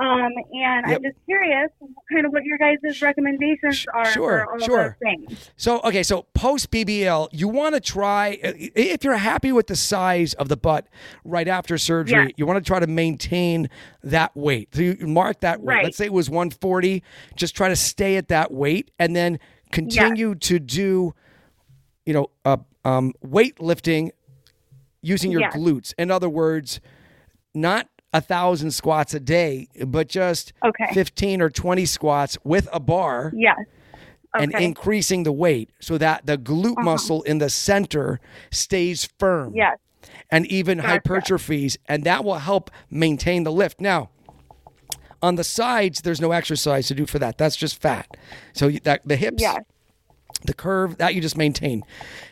H: Um, and
A: Yep.
H: I'm just curious, kind of what your guys' recommendations
A: sh-
H: are
A: sure,
H: for all
A: sure.
H: those things.
A: So okay, so post BBL, you want to try i- if you're happy with the size of the butt right after surgery,
H: Yeah.
A: you want to try to maintain that weight. So you mark that weight.
H: Right.
A: Let's say it was 140, just try to stay at that weight, and then continue to do, you know, uh, um, weightlifting using your
H: Yeah.
A: glutes. In other words, not a thousand squats a day, but just
H: Okay.
A: 15 or 20 squats with a bar
H: Yes.
A: and increasing the weight so that the glute muscle in the center stays firm
H: Uh-huh. Yes.
A: and even hypertrophies and that will help maintain the lift now on the sides there's no exercise to do for that that's just fat so you- that the hips
H: Yes.
A: the curve that you just maintain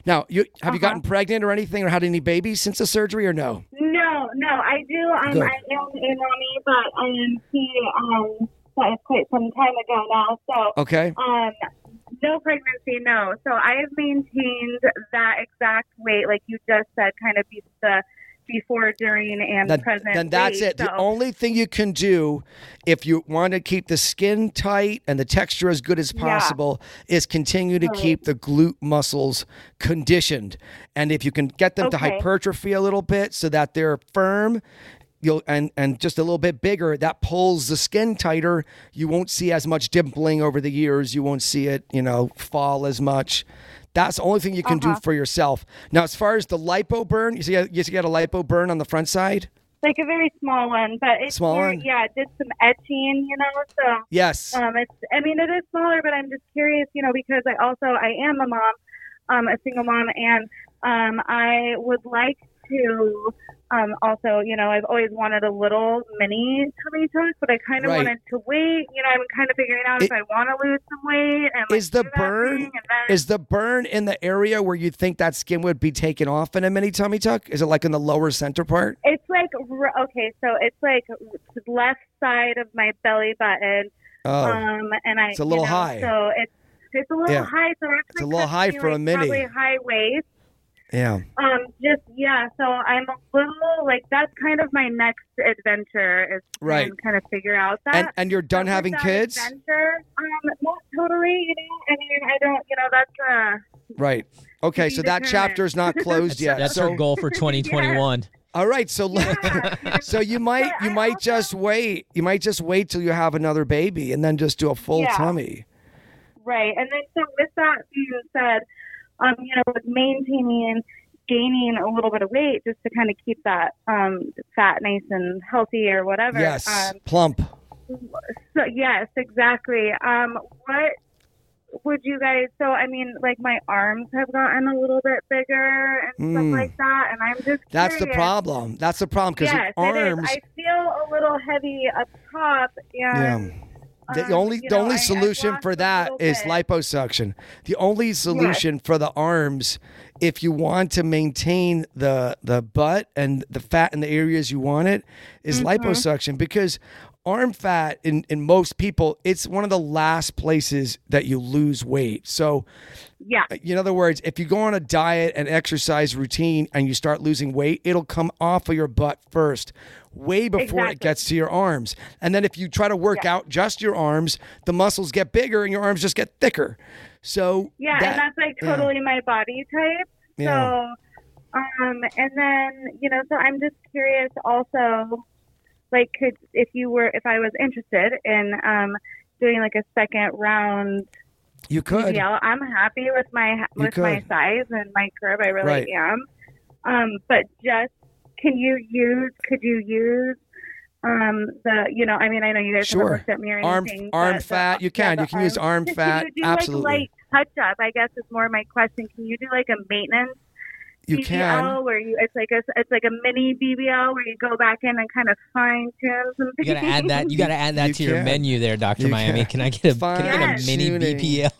A: now you have you gotten pregnant or anything or had any babies since the surgery or no
H: No, no, I do. Um,
A: Good.
H: I am a mommy, but I am he um that was quite some time ago now. So
A: okay
H: um no pregnancy, no. So I have maintained that exact weight, like you just said, kind of be the before, during, and
A: then,
H: present.
A: then that's
H: weight.
A: it. The
H: So-
A: only thing you can do if you want to keep the skin tight and the texture as good as possible is continue to keep the glute muscles conditioned. And if you can get them to
H: Okay.
A: hypertrophy a little bit so that they're firm, you'll and and just a little bit bigger, that pulls the skin tighter. You won't see as much dimpling over the years. You won't see it, you know, fall as much. That's the only thing you can do for yourself. Now, as far as the lipo burn, you see, you see, you got a lipo burn on the front side.
H: like a very small one, but it's
A: Small
H: more-
A: one?
H: yeah, it did some etching, you know, so
A: Yes.
G: Uh,
H: Um, it's, I mean, it is smaller, but I'm just curious, you know, because I also I am a mom, um, a single mom, and um, I would like
G: to um, also, you know, I've always wanted a little mini tummy tuck, but I kind of
A: Right.
G: wanted to wait. You know, I'm kind of figuring out if
A: It-
G: I want to lose some weight. And, like,
A: Is the
G: do that
A: burn
G: thing, and then-
A: is the burn in the area where you think that skin would be taken off in a mini tummy tuck? Is it like in the lower center part?
G: It's like r- okay, so it's like r- left side of my belly button,
A: Oh,
G: um, and I
A: It's a little
G: you know,
A: high.
G: So it's it's a little
A: Yeah.
G: high. So actually,
A: a little high for a mini.
G: Probably high waist.
A: yeah.
G: Um, just yeah. So I'm a little like that's kind of my next adventure is to
A: Right.
G: kind of figure out that.
A: And and you're done
G: But with
A: having
G: that
A: kids?
G: Adventure, um, not totally. You know, I mean, I don't. You know, that's uh,
A: Right. Okay,
G: be
A: so that
G: determined.
A: chapter's not closed yet.
E: That's
A: so,
E: our goal for 2021.
A: All right, so so you might
G: But
A: you
G: I
A: might
G: also-
A: just wait. You might just wait till you have another baby and then just do a full
G: Yeah.
A: tummy.
G: Right. And then so with that being said, um, you know, with maintaining and gaining a little bit of weight just to kind of keep that um, fat nice and healthy or whatever.
A: Yes,
G: Um,
A: plump.
G: so yes, exactly. Um, what would you guys? So I mean, like my arms have gotten a little bit bigger and
A: Mm.
G: stuff like that, and I'm just
A: That's the
G: curious.
A: problem. That's the problem because
G: Yes, it is.
A: arms.
G: I feel a little heavy up top, and
A: yeah. The
G: um,
A: only
G: you
A: the
G: know,
A: only
G: I- I've
A: solution
G: lost
A: for
G: a
A: that
G: little
A: is
G: bit.
A: liposuction. The only solution for the arms, if you want to maintain the the butt and the fat in the areas you want it, is
G: Mm-hmm.
A: liposuction because arm fat in in most people it's one of the last places that you lose weight. So
G: Yeah.
A: in other words, if you go on a diet and exercise routine and you start losing weight, it'll come off of your butt first, way before it
G: Exactly.
A: gets to your arms. And then if you try to work out just your arms, the muscles get bigger and your arms just get thicker. So
G: Yeah,
A: that-
G: and that's like
A: yeah.
G: totally my body type.
A: Yeah.
G: So, um, and then you know, so I'm just curious also, like, could if you were if I was interested in um doing like a second round
A: you could.
G: deal, I'm happy with my
A: You
G: with my
A: could.
G: size and my curve. I really
A: Right.
G: am. Um, but just can you use? Could you use? Um, the you know, I mean, I know you guys
A: Sure.
G: haven't looked at me or
A: Arm-
G: anything.
A: arm
G: but the-
A: fat, you
G: yeah,
A: can.
G: the
A: You can use arm
G: Can
A: fat,
G: you do,
A: absolutely.
G: Like light touch up, I guess, is more my question. Can you do like a maintenance
A: You
G: BBL
A: can.
G: where you it's like a it's like a mini BBL where you go back in and kind of fine tune some
E: You gotta add that. You gotta add that
A: You
E: to your
A: can.
E: menu there, Doctor
A: You
E: Miami.
A: can.
E: Can I get a can I get a
A: Fine
E: mini
A: tuning.
E: BPL?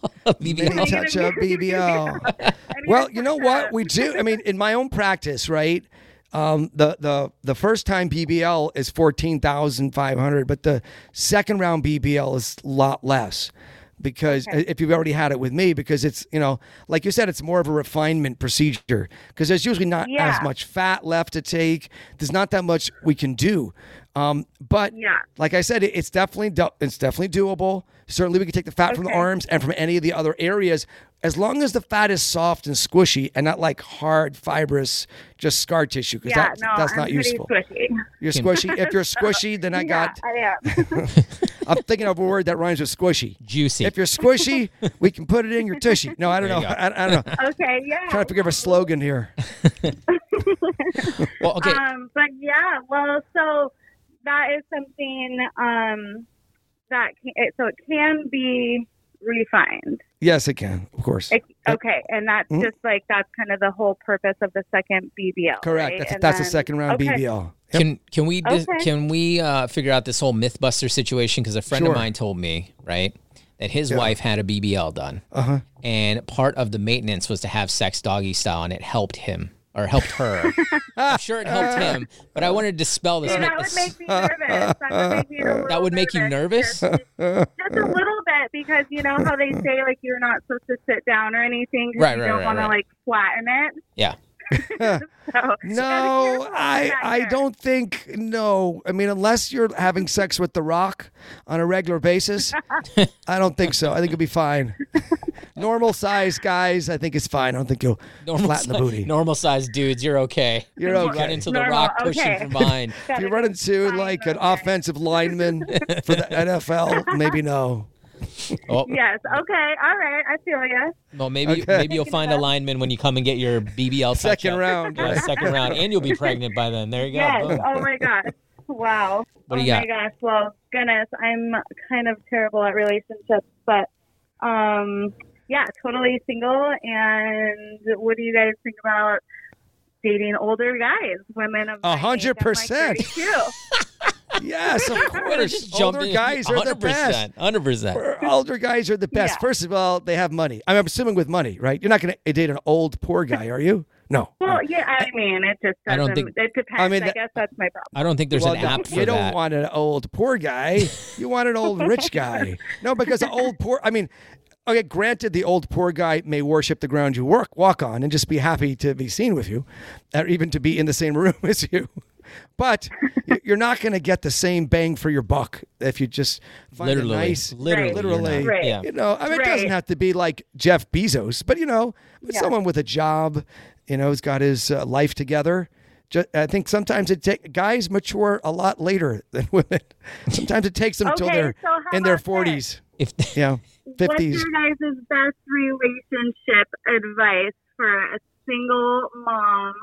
A: Maybe
E: BBL?
A: touch up BBL. Well, you know what we do. I mean, in my own practice, right? Um, the the the first time BBL is fourteen thousand five hundred, but the second round BBL is a lot less because if you've already had it with me, because it's you know, like you said, it's more of a refinement procedure because there's usually not
G: Yeah.
A: as much fat left to take. There's not that much we can do. Um, but
G: Yeah.
A: like I said, it- it's definitely do- it's definitely doable. Certainly, we can take the fat from the
G: Okay.
A: arms and from any of the other areas, as long as the fat is soft and squishy and not like hard, fibrous, just scar tissue. Because
G: yeah,
A: that,
G: no,
A: that's
G: I'm
A: not
G: pretty
A: useful.
G: Squishy.
A: You're squishy. If you're squishy, then I got.
G: yeah, I am.
A: I'm thinking of a word that rhymes with squishy.
E: Juicy.
A: If you're squishy, we can put it in your tushy. No, I don't know. I, I don't know.
G: okay, yeah.
A: trying to figure of a slogan here.
E: Well, okay.
G: Um, but yeah, well, so that is something um, that can, it, so it can be refined.
A: Yes, it can. Of course.
G: It, okay, and that's
A: Mhm.
G: just like that's kind of the whole purpose of the second BBL.
A: Correct.
G: right?
A: That's
G: And
A: that's the
G: then-
A: second round
G: okay.
A: BBL. Yep.
E: Can can we dis-
G: Okay.
E: can we uh, figure out this whole MythBuster situation? Because a friend
A: Sure.
E: of mine told me right that his wife had a BBL done,
A: Uh-huh.
E: and part of the maintenance was to have sex doggy style, and it helped him or helped her. I'm sure it helped him, but I wanted to dispel this.
G: See,
E: myth-
G: that would
E: this-
G: make me nervous. That would make me a little
E: that would make you nervous.
G: Just
A: uh,
G: a little bit because you know how they say like you're not supposed to sit down or anything 'cause
E: Right,
G: you
E: right,
G: don't
E: right,
G: want
E: right.
G: to like flatten it.
E: yeah.
G: So
A: No, I I don't think no. I mean, unless you're having sex with The Rock on a regular basis, I don't think so. I think it'll be fine. Normal size guys, I think is fine. I don't think you'll flatten the
E: si-
A: booty.
E: Normal sized dudes, you're okay.
A: You're
E: You
A: okay.
E: Run into the
G: Normal,
E: rock pushing
G: okay.
E: from behind.
A: if you run into like an offensive lineman for the NFL, maybe no.
E: Oh,
G: Yes. Okay. All right. I feel you.
E: well, maybe
A: Okay.
E: maybe you'll find a lineman when you come and get your BBL touch
A: Second
E: up.
A: round,
E: Yeah,
A: right.
E: second round, and you'll be pregnant by then. There you go.
G: Yes.
E: Boom.
G: Oh my gosh. Wow.
E: What
G: oh
E: do you
G: my gosh. Well, goodness, I'm kind of terrible at relationships, but um, yeah, totally single. And what do you guys think about dating older guys, women of my
A: A
G: age.
A: hundred
G: I'm like,
A: percent.
G: 32.
A: Yes, of
E: We're gonna just
A: course.
E: jump
A: Older
E: in.
A: guys are the best.
E: 100%, 100%.
A: Or Older guys are the best.
G: Yeah.
A: First of all, they have money. I'm assuming with money, right? You're not going to date an old poor guy, are you? No.
G: Well, yeah, I mean, it just doesn't.
E: I don't think-
G: it depends.
A: I
G: I,
A: mean, that-
G: guess that's my problem.
E: I don't think there's
A: Well,
E: an
A: no,
E: app for
A: you don't
E: that.
A: want an old poor guy. You want an old rich guy. No, because the old poor. I mean, okay. Granted, the old poor guy may worship the ground you work walk on and just be happy to be seen with you, or even to be in the same room as you. But y- you're not going to get the same bang for your buck if you just find
E: literally,
A: a nice,
E: literally, you're
A: literally,
E: not.
G: Right.
E: Yeah.
A: you know, I mean, it doesn't
G: Right.
A: have to be like Jeff Bezos, but you know, someone with a job, you know, who's got his uh, life together. Just, I think sometimes it take, guys mature a lot later than women. Sometimes it takes them until
G: Okay,
A: they're
G: so how
A: in their
G: about this?
A: forties,
E: If
A: you know, fifties.
G: What's your guys' best relationship advice for a single mom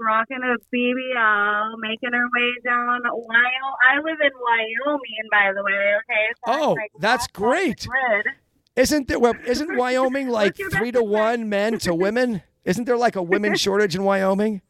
G: rocking a BBL, making her way down Wyoming? I live in Wyoming, by the way. Okay. So it's
A: Oh,
G: like
A: that's
G: rock on the
A: great.
G: grid.
A: Isn't there? Well, isn't Wyoming like
G: your
A: three
G: best
A: to one men to women? Isn't there like a women shortage in Wyoming?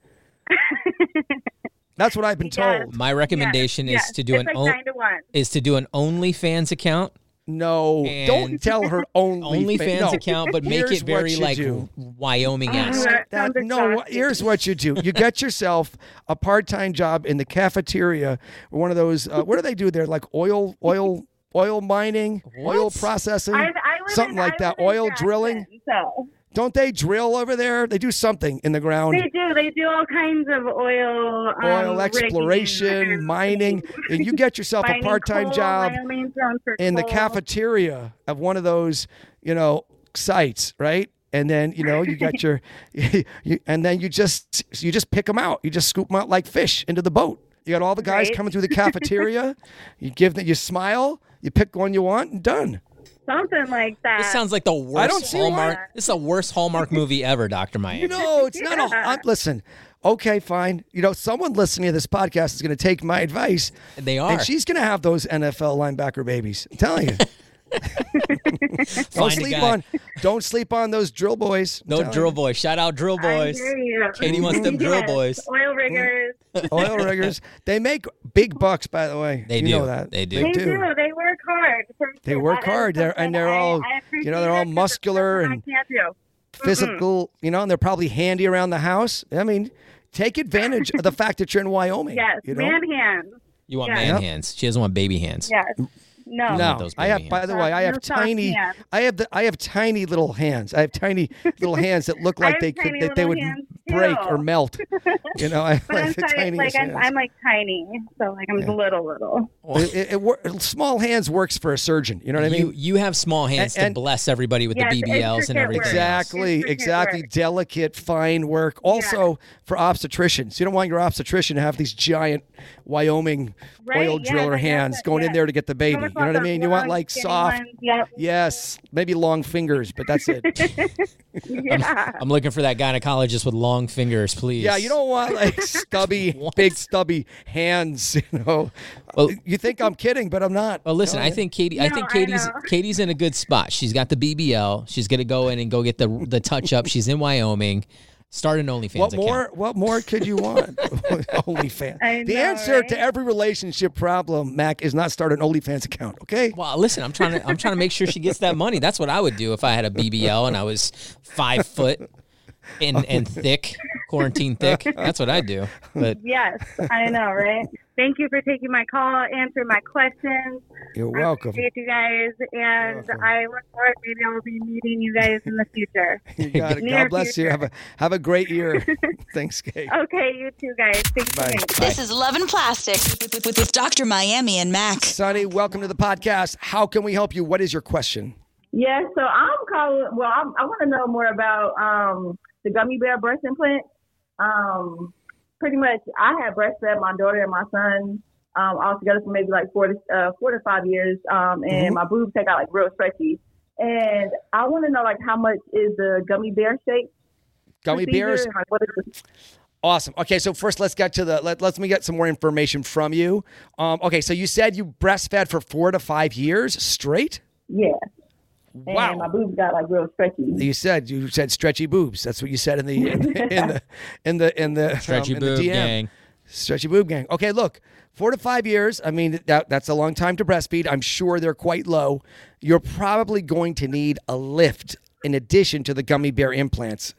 A: That's what I've been
G: Yes.
A: told.
E: my recommendation is
G: Yes,
E: to do
G: it's
E: an
G: like
E: o-
G: nine to one.
E: is to do an OnlyFans account,
A: No, don't
E: And-
A: tell her only
E: OnlyFans
A: no.
E: account, but make
A: Here's
E: it
A: what
E: very
A: you
E: like
A: do.
E: Wyoming esque.
G: That
A: That,
G: sounds
A: no, wha-
G: exhausting.
A: here's what you do. You get yourself a part-time job in the cafeteria, one of those. Uh, what do they do there? Like oil, oil, oil mining, oil
E: What?
A: processing,
G: I, I live
A: Mm, something
G: in-
A: like
G: I
A: that.
G: live in
A: Oil
G: Jackson,
A: drilling.
G: So
A: Don't they drill over there? They do something in the ground.
G: they do. They do all kinds of oil. um,
A: oil
G: rigging
A: exploration,
G: and
A: mining, and you get yourself a
G: mining
A: part-time
G: coal.
A: job
G: Wyoming's known for
A: in the
G: coal.
A: cafeteria of one of those, you know, sites, right? And then you know you got your, you, and then you just you just pick them out. You just scoop them out like fish into the boat. You got all the guys
G: Right.
A: coming through the cafeteria. you give them, you smile, you pick one you want, and done.
G: Something like that.
E: This sounds like the worst
A: don't see why.
E: Hallmark. This is the worst Hallmark movie ever, Doctor Miami.
A: No, it's not a. I'm, listen, okay, fine. You know, someone listening to this podcast is going to take my advice,
E: they are.
A: and she's going to have those NFL linebacker babies. I'm telling you. Don't
E: Find a
A: sleep
E: guy.
A: on, don't sleep on those drill boys. I'm
E: No
A: telling
E: drill boys. Shout out drill
G: I
E: boys.
G: hear you.
E: Katie wants them drill
G: Yes,
E: boys.
G: Oil riggers.
A: you. oil riggers. They make big bucks, by the way.
E: They
A: you
E: do.
A: Know that.
E: They do.
A: They
G: They do.
A: do.
G: They work hard. for
A: They
G: sure.
A: work
G: That is
A: hard. They're- and they're
G: something
A: all-
G: I- I
A: you know, they're
G: appreciate
A: all
G: it 'cause it's
A: muscular
G: something
A: and-
G: I can't do.
A: Physical, you know, and they're probably handy around the house. I mean, take advantage of the fact that you're in Wyoming.
G: Yes,
A: You know.
G: man hands.
E: You want
G: Yeah.
E: man
A: Yep.
E: hands. She doesn't want baby hands.
G: Yes. No.
A: Mm. No,
E: those
A: I
E: baby
A: have. By the
G: hands.
A: way, I have
G: No soft
A: tiny.
G: hands.
A: I have the. I have tiny little hands. I have tiny little hands that look
G: I
A: like
G: have
A: they could.
G: tiny
A: That they
G: little
A: would
G: hands,
A: break
G: too.
A: or melt. You know, I have
G: But I'm
A: like the
G: sorry,
A: tiniest
G: like I'm,
A: hands.
G: I'm like tiny, so like I'm little, little.
A: it, it, it, wor- small hands works for a surgeon. You know what I mean?
E: you you have small hands
A: And- and-
E: to bless everybody with
G: Yes,
E: the BBLs and
G: intricate
E: everything.
G: work.
E: else.
A: Exactly,
G: Intricate
A: exactly.
G: work.
A: Delicate, fine work. Also for obstetricians. You don't want your obstetrician to have these giant Wyoming
G: Right,
A: oil
G: yeah,
A: driller
G: that's
A: hands
G: it,
A: going in
G: yeah.
A: there to get the baby. You know what I mean? You want like soft,
G: Yep.
A: yes, maybe long fingers, but that's it.
G: Yeah.
E: I'm looking for that gynecologist with long fingers, please.
A: yeah, you don't want like stubby, big stubby hands. You know,
E: Well-
A: you think I'm kidding, but I'm not.
E: Well, listen. I think Katie. I
G: No,
E: think
G: I
E: Katie's
G: know.
E: Katie's in a good spot. She's got the BBL. She's gonna go in and go get the the touch up. She's in Wyoming. Start an OnlyFans
A: What
E: account.
A: more? What more could you want? OnlyFans.
G: I
A: the
G: know,
A: answer to
G: right?
A: every relationship problem, Mac, is not start an OnlyFans account. Okay.
E: Well, listen. I'm trying to. I'm trying to make sure she gets that money. That's what I would do if I had a BBL and I was five foot and and thick, quarantine thick. That's what I do. But
G: Yes, I know, right? Thank you for taking my call, answering my questions.
A: You're
G: I
A: welcome.
G: appreciate you guys, and I look forward. Maybe I'll be meeting you guys in the future.
A: You got it.
G: Near
A: God bless you.
G: future.
A: Have a have a great year. Thanks, Kate.
G: Okay, you too, guys. Thanks
A: Bye.
G: for me.
B: This is Love and Plastic with, with, with Dr. Miami and Mac.
A: Sonny, welcome to the podcast. How can we help you? What is your question?
I: Yeah, so I'm calling. Well, I'm, I want to know more about um, the gummy bear breast implant. Um, pretty much, I had breastfed my daughter and my son um, all together for maybe like four to uh, four to five years, um, and
A: Mm-hmm.
I: my boobs take out like real stretchy. And I want to know like how much is the gummy bear shape?
A: Gummy
I: procedure
A: bears.
I: and, Like, what is it?
A: Awesome. Okay, so first let's get to the let let me get some more information from you. Um, okay, so you said you breastfed for four to five years straight.
I: Yeah,
G: and
A: Wow.
G: my boobs got like real stretchy.
A: You said you said stretchy boobs. That's what you said in the in the in the in the, in the um,
E: Stretchy
A: in the
E: boob
A: DM.
E: gang.
A: Stretchy boob gang. Okay, look, four to five years. I mean, that, that's a long time to breastfeed. I'm sure they're quite low. You're probably going to need a lift in addition to the gummy bear implants.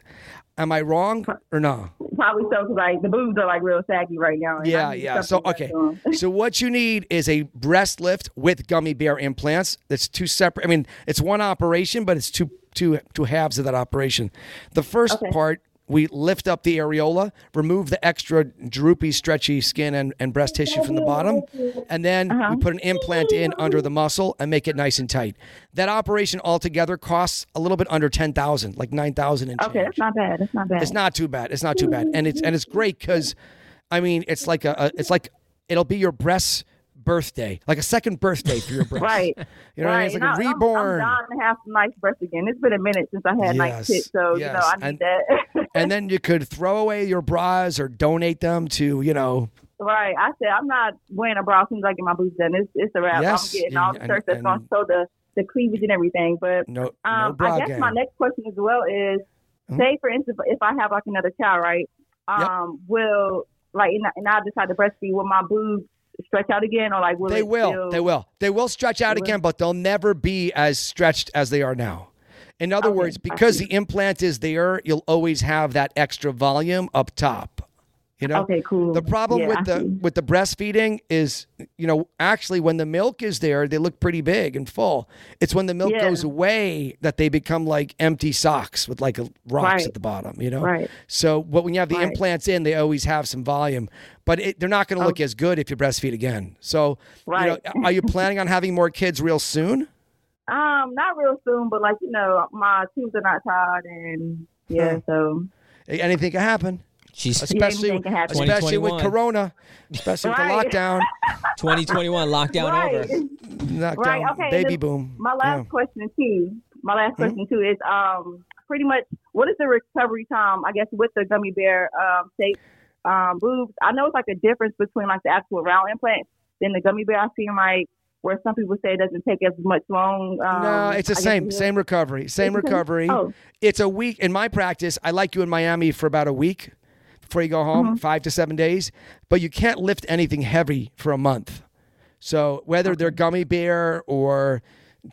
A: Am I wrong or no?
G: Probably so because like the boobs are like real saggy right now. and I
A: Yeah,
G: need
A: yeah. So
G: something
A: okay.
G: to-
A: So what you need is a breast lift with gummy bear implants. That's two separate. I mean, it's one operation, but it's two two two halves of that operation. The first part. We lift up the areola, remove the extra droopy, stretchy skin and, and breast tissue from the bottom, and then
G: Uh-huh.
A: we put an implant in under the muscle and make it nice and tight. That operation altogether costs a little bit under ten thousand, like nine thousand and
G: Okay, that's not bad. That's not bad.
A: it's not too bad. It's not too bad, and it's and it's great because, I mean, it's like a, a it's like it'll be your breast birthday, like a second birthday for your breast.
G: Right.
A: You know what I mean? It's like a
G: And I- I'm-
A: reborn.
G: I'm, dying to have some nice breasts again. It's been a minute since I had nice
A: Yes,
G: tits, so you know
A: yes.
G: I need
A: And-
G: that.
A: and then you could throw away your bras or donate them to you know.
G: right. I said I'm not wearing a bra as soon as I get my boobs done. It's it's a wrap.
A: Yes,
G: I'm getting all the
A: and-
G: shirts that's going to
A: and-
G: show the the cleavage and everything. But
A: No, no
G: um,
A: bra
G: I guess
A: gang.
G: my next question as well is,
A: Mhm.
G: say for instance, if I have like another child, right?
A: Yep.
G: Um, will like and I, and I decide to breastfeed, will my boobs stretch out again, or like will
A: they
G: it
A: will.
G: still-
A: They will. They will stretch out
G: They will?
A: again, but they'll never be as stretched as they are now. In other
G: Okay,
A: words,
G: I
A: because the implant is there, you'll always have that extra volume up top. You know.
G: Okay, cool.
A: The problem
G: Yeah, I
A: with the
G: see.
A: with the breastfeeding is, you know, actually when the milk is there, they look pretty big and full. It's when the milk
G: Yeah.
A: goes away that they become like empty socks with like a, rocks
G: Right.
A: at the bottom, you know.
G: Right.
A: So, but when you have the
G: Right.
A: implants in, they always have some volume, but it, they're not going to look as good if you breastfeed again. So, you know,
G: Oh. Right.
A: are you planning on having more kids real soon?
G: Um, not real soon, but like you know, my teams are not tired, and yeah,
A: Huh.
G: so
A: Anything can happen,
E: She's
A: especially
G: anything can happen.
A: especially with
E: 2021.
A: Corona, especially with
G: Right.
A: the lockdown,
E: 2021 lockdown
G: right,
E: over.
A: lockdown,
G: right, okay.
A: baby
G: then
A: boom.
G: My
A: Yeah. Hmm?
G: last question too. My last question too is um pretty much what is the recovery time? I guess with the gummy bear um shape um boobs. I know it's like a difference between like the actual round implant than the gummy bear. I've seen like where some people say it doesn't take as much long. Um,
A: No, it's the
G: I guess
A: same
G: it is.
A: same recovery, same
G: It's the same?
A: recovery.
G: Oh.
A: It's a week in my practice. I like you in Miami for about a week before you go home,
G: Mm-hmm.
A: five to seven days. But you can't lift anything heavy for a month. So whether they're gummy bear or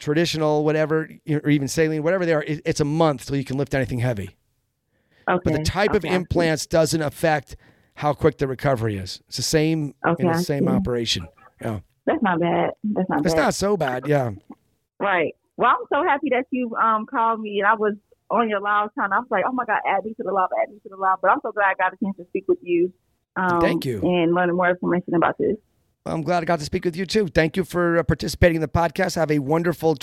A: traditional, whatever, or even saline, whatever they are, it, it's a month till you can lift anything heavy.
G: Okay.
A: But the type of
G: okay, I see.
A: implants doesn't affect how quick the recovery is. It's the same,
G: Okay,
A: you know,
G: I
A: same
G: see.
A: operation. Yeah,
G: That's not bad. That's not
A: it's
G: bad.
A: not so bad. Yeah.
G: Right. Well, I'm so happy that you um called me and I was on your live time. I was like, oh my God, add me to the live, add me to the live. But I'm so glad I got a chance to speak with you. Um,
A: Thank you.
G: And learn more information about this.
A: Well, I'm glad I got to speak with you too. Thank you for uh, participating in the podcast. Have a wonderful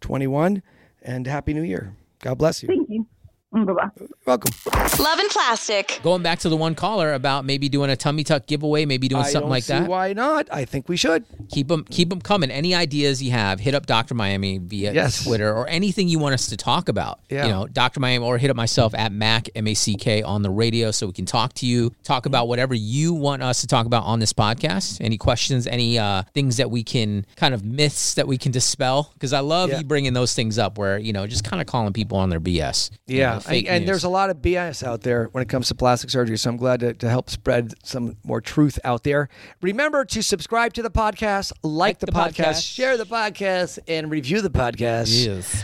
A: 2021 and happy new year. God bless you.
G: Thank you. Mm, Bye bye.
A: Welcome.
B: Love and plastic.
E: Going back to the one caller about maybe doing a tummy tuck giveaway, maybe doing
A: I
E: something
A: don't
E: like
A: see
E: that.
A: Why not? I think we should.
E: Keep them, keep them coming. Any ideas you have, hit up Dr. Miami via
A: Yes.
E: Twitter or anything you want us to talk about.
A: Yeah.
E: You know, Dr. Miami or hit up myself at Mac M A C K on the radio so we can talk to you, talk about whatever you want us to talk about on this podcast. Any questions, any uh, things that we can kind of myths that we can dispel? Because I love
A: Yeah.
E: you bringing those things up where you know just kind of calling people on their BS. you know,
A: and,
E: fake
A: and
E: news.
A: there's a lot of BS out there when it comes to plastic surgery. So I'm glad to, to help spread some more truth out there. Remember to subscribe to the podcast, like, the,
E: the
A: podcast,
E: podcast.
A: share the podcast, and review the podcast
E: Yes.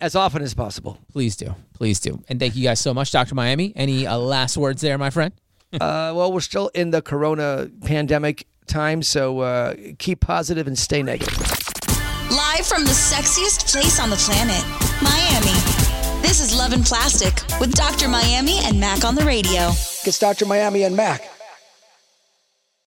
A: as often as possible.
E: Please do. Please do. And thank you guys so much, Dr. Miami. Any uh, last words there, my friend?
A: Uh, well, we're still in the corona pandemic time, so uh, keep positive and stay negative.
B: Live from the sexiest place on the planet, Miami. This is Love and Plastic with Dr. Miami and Mac on the radio.
A: It's Dr. Miami and Mac.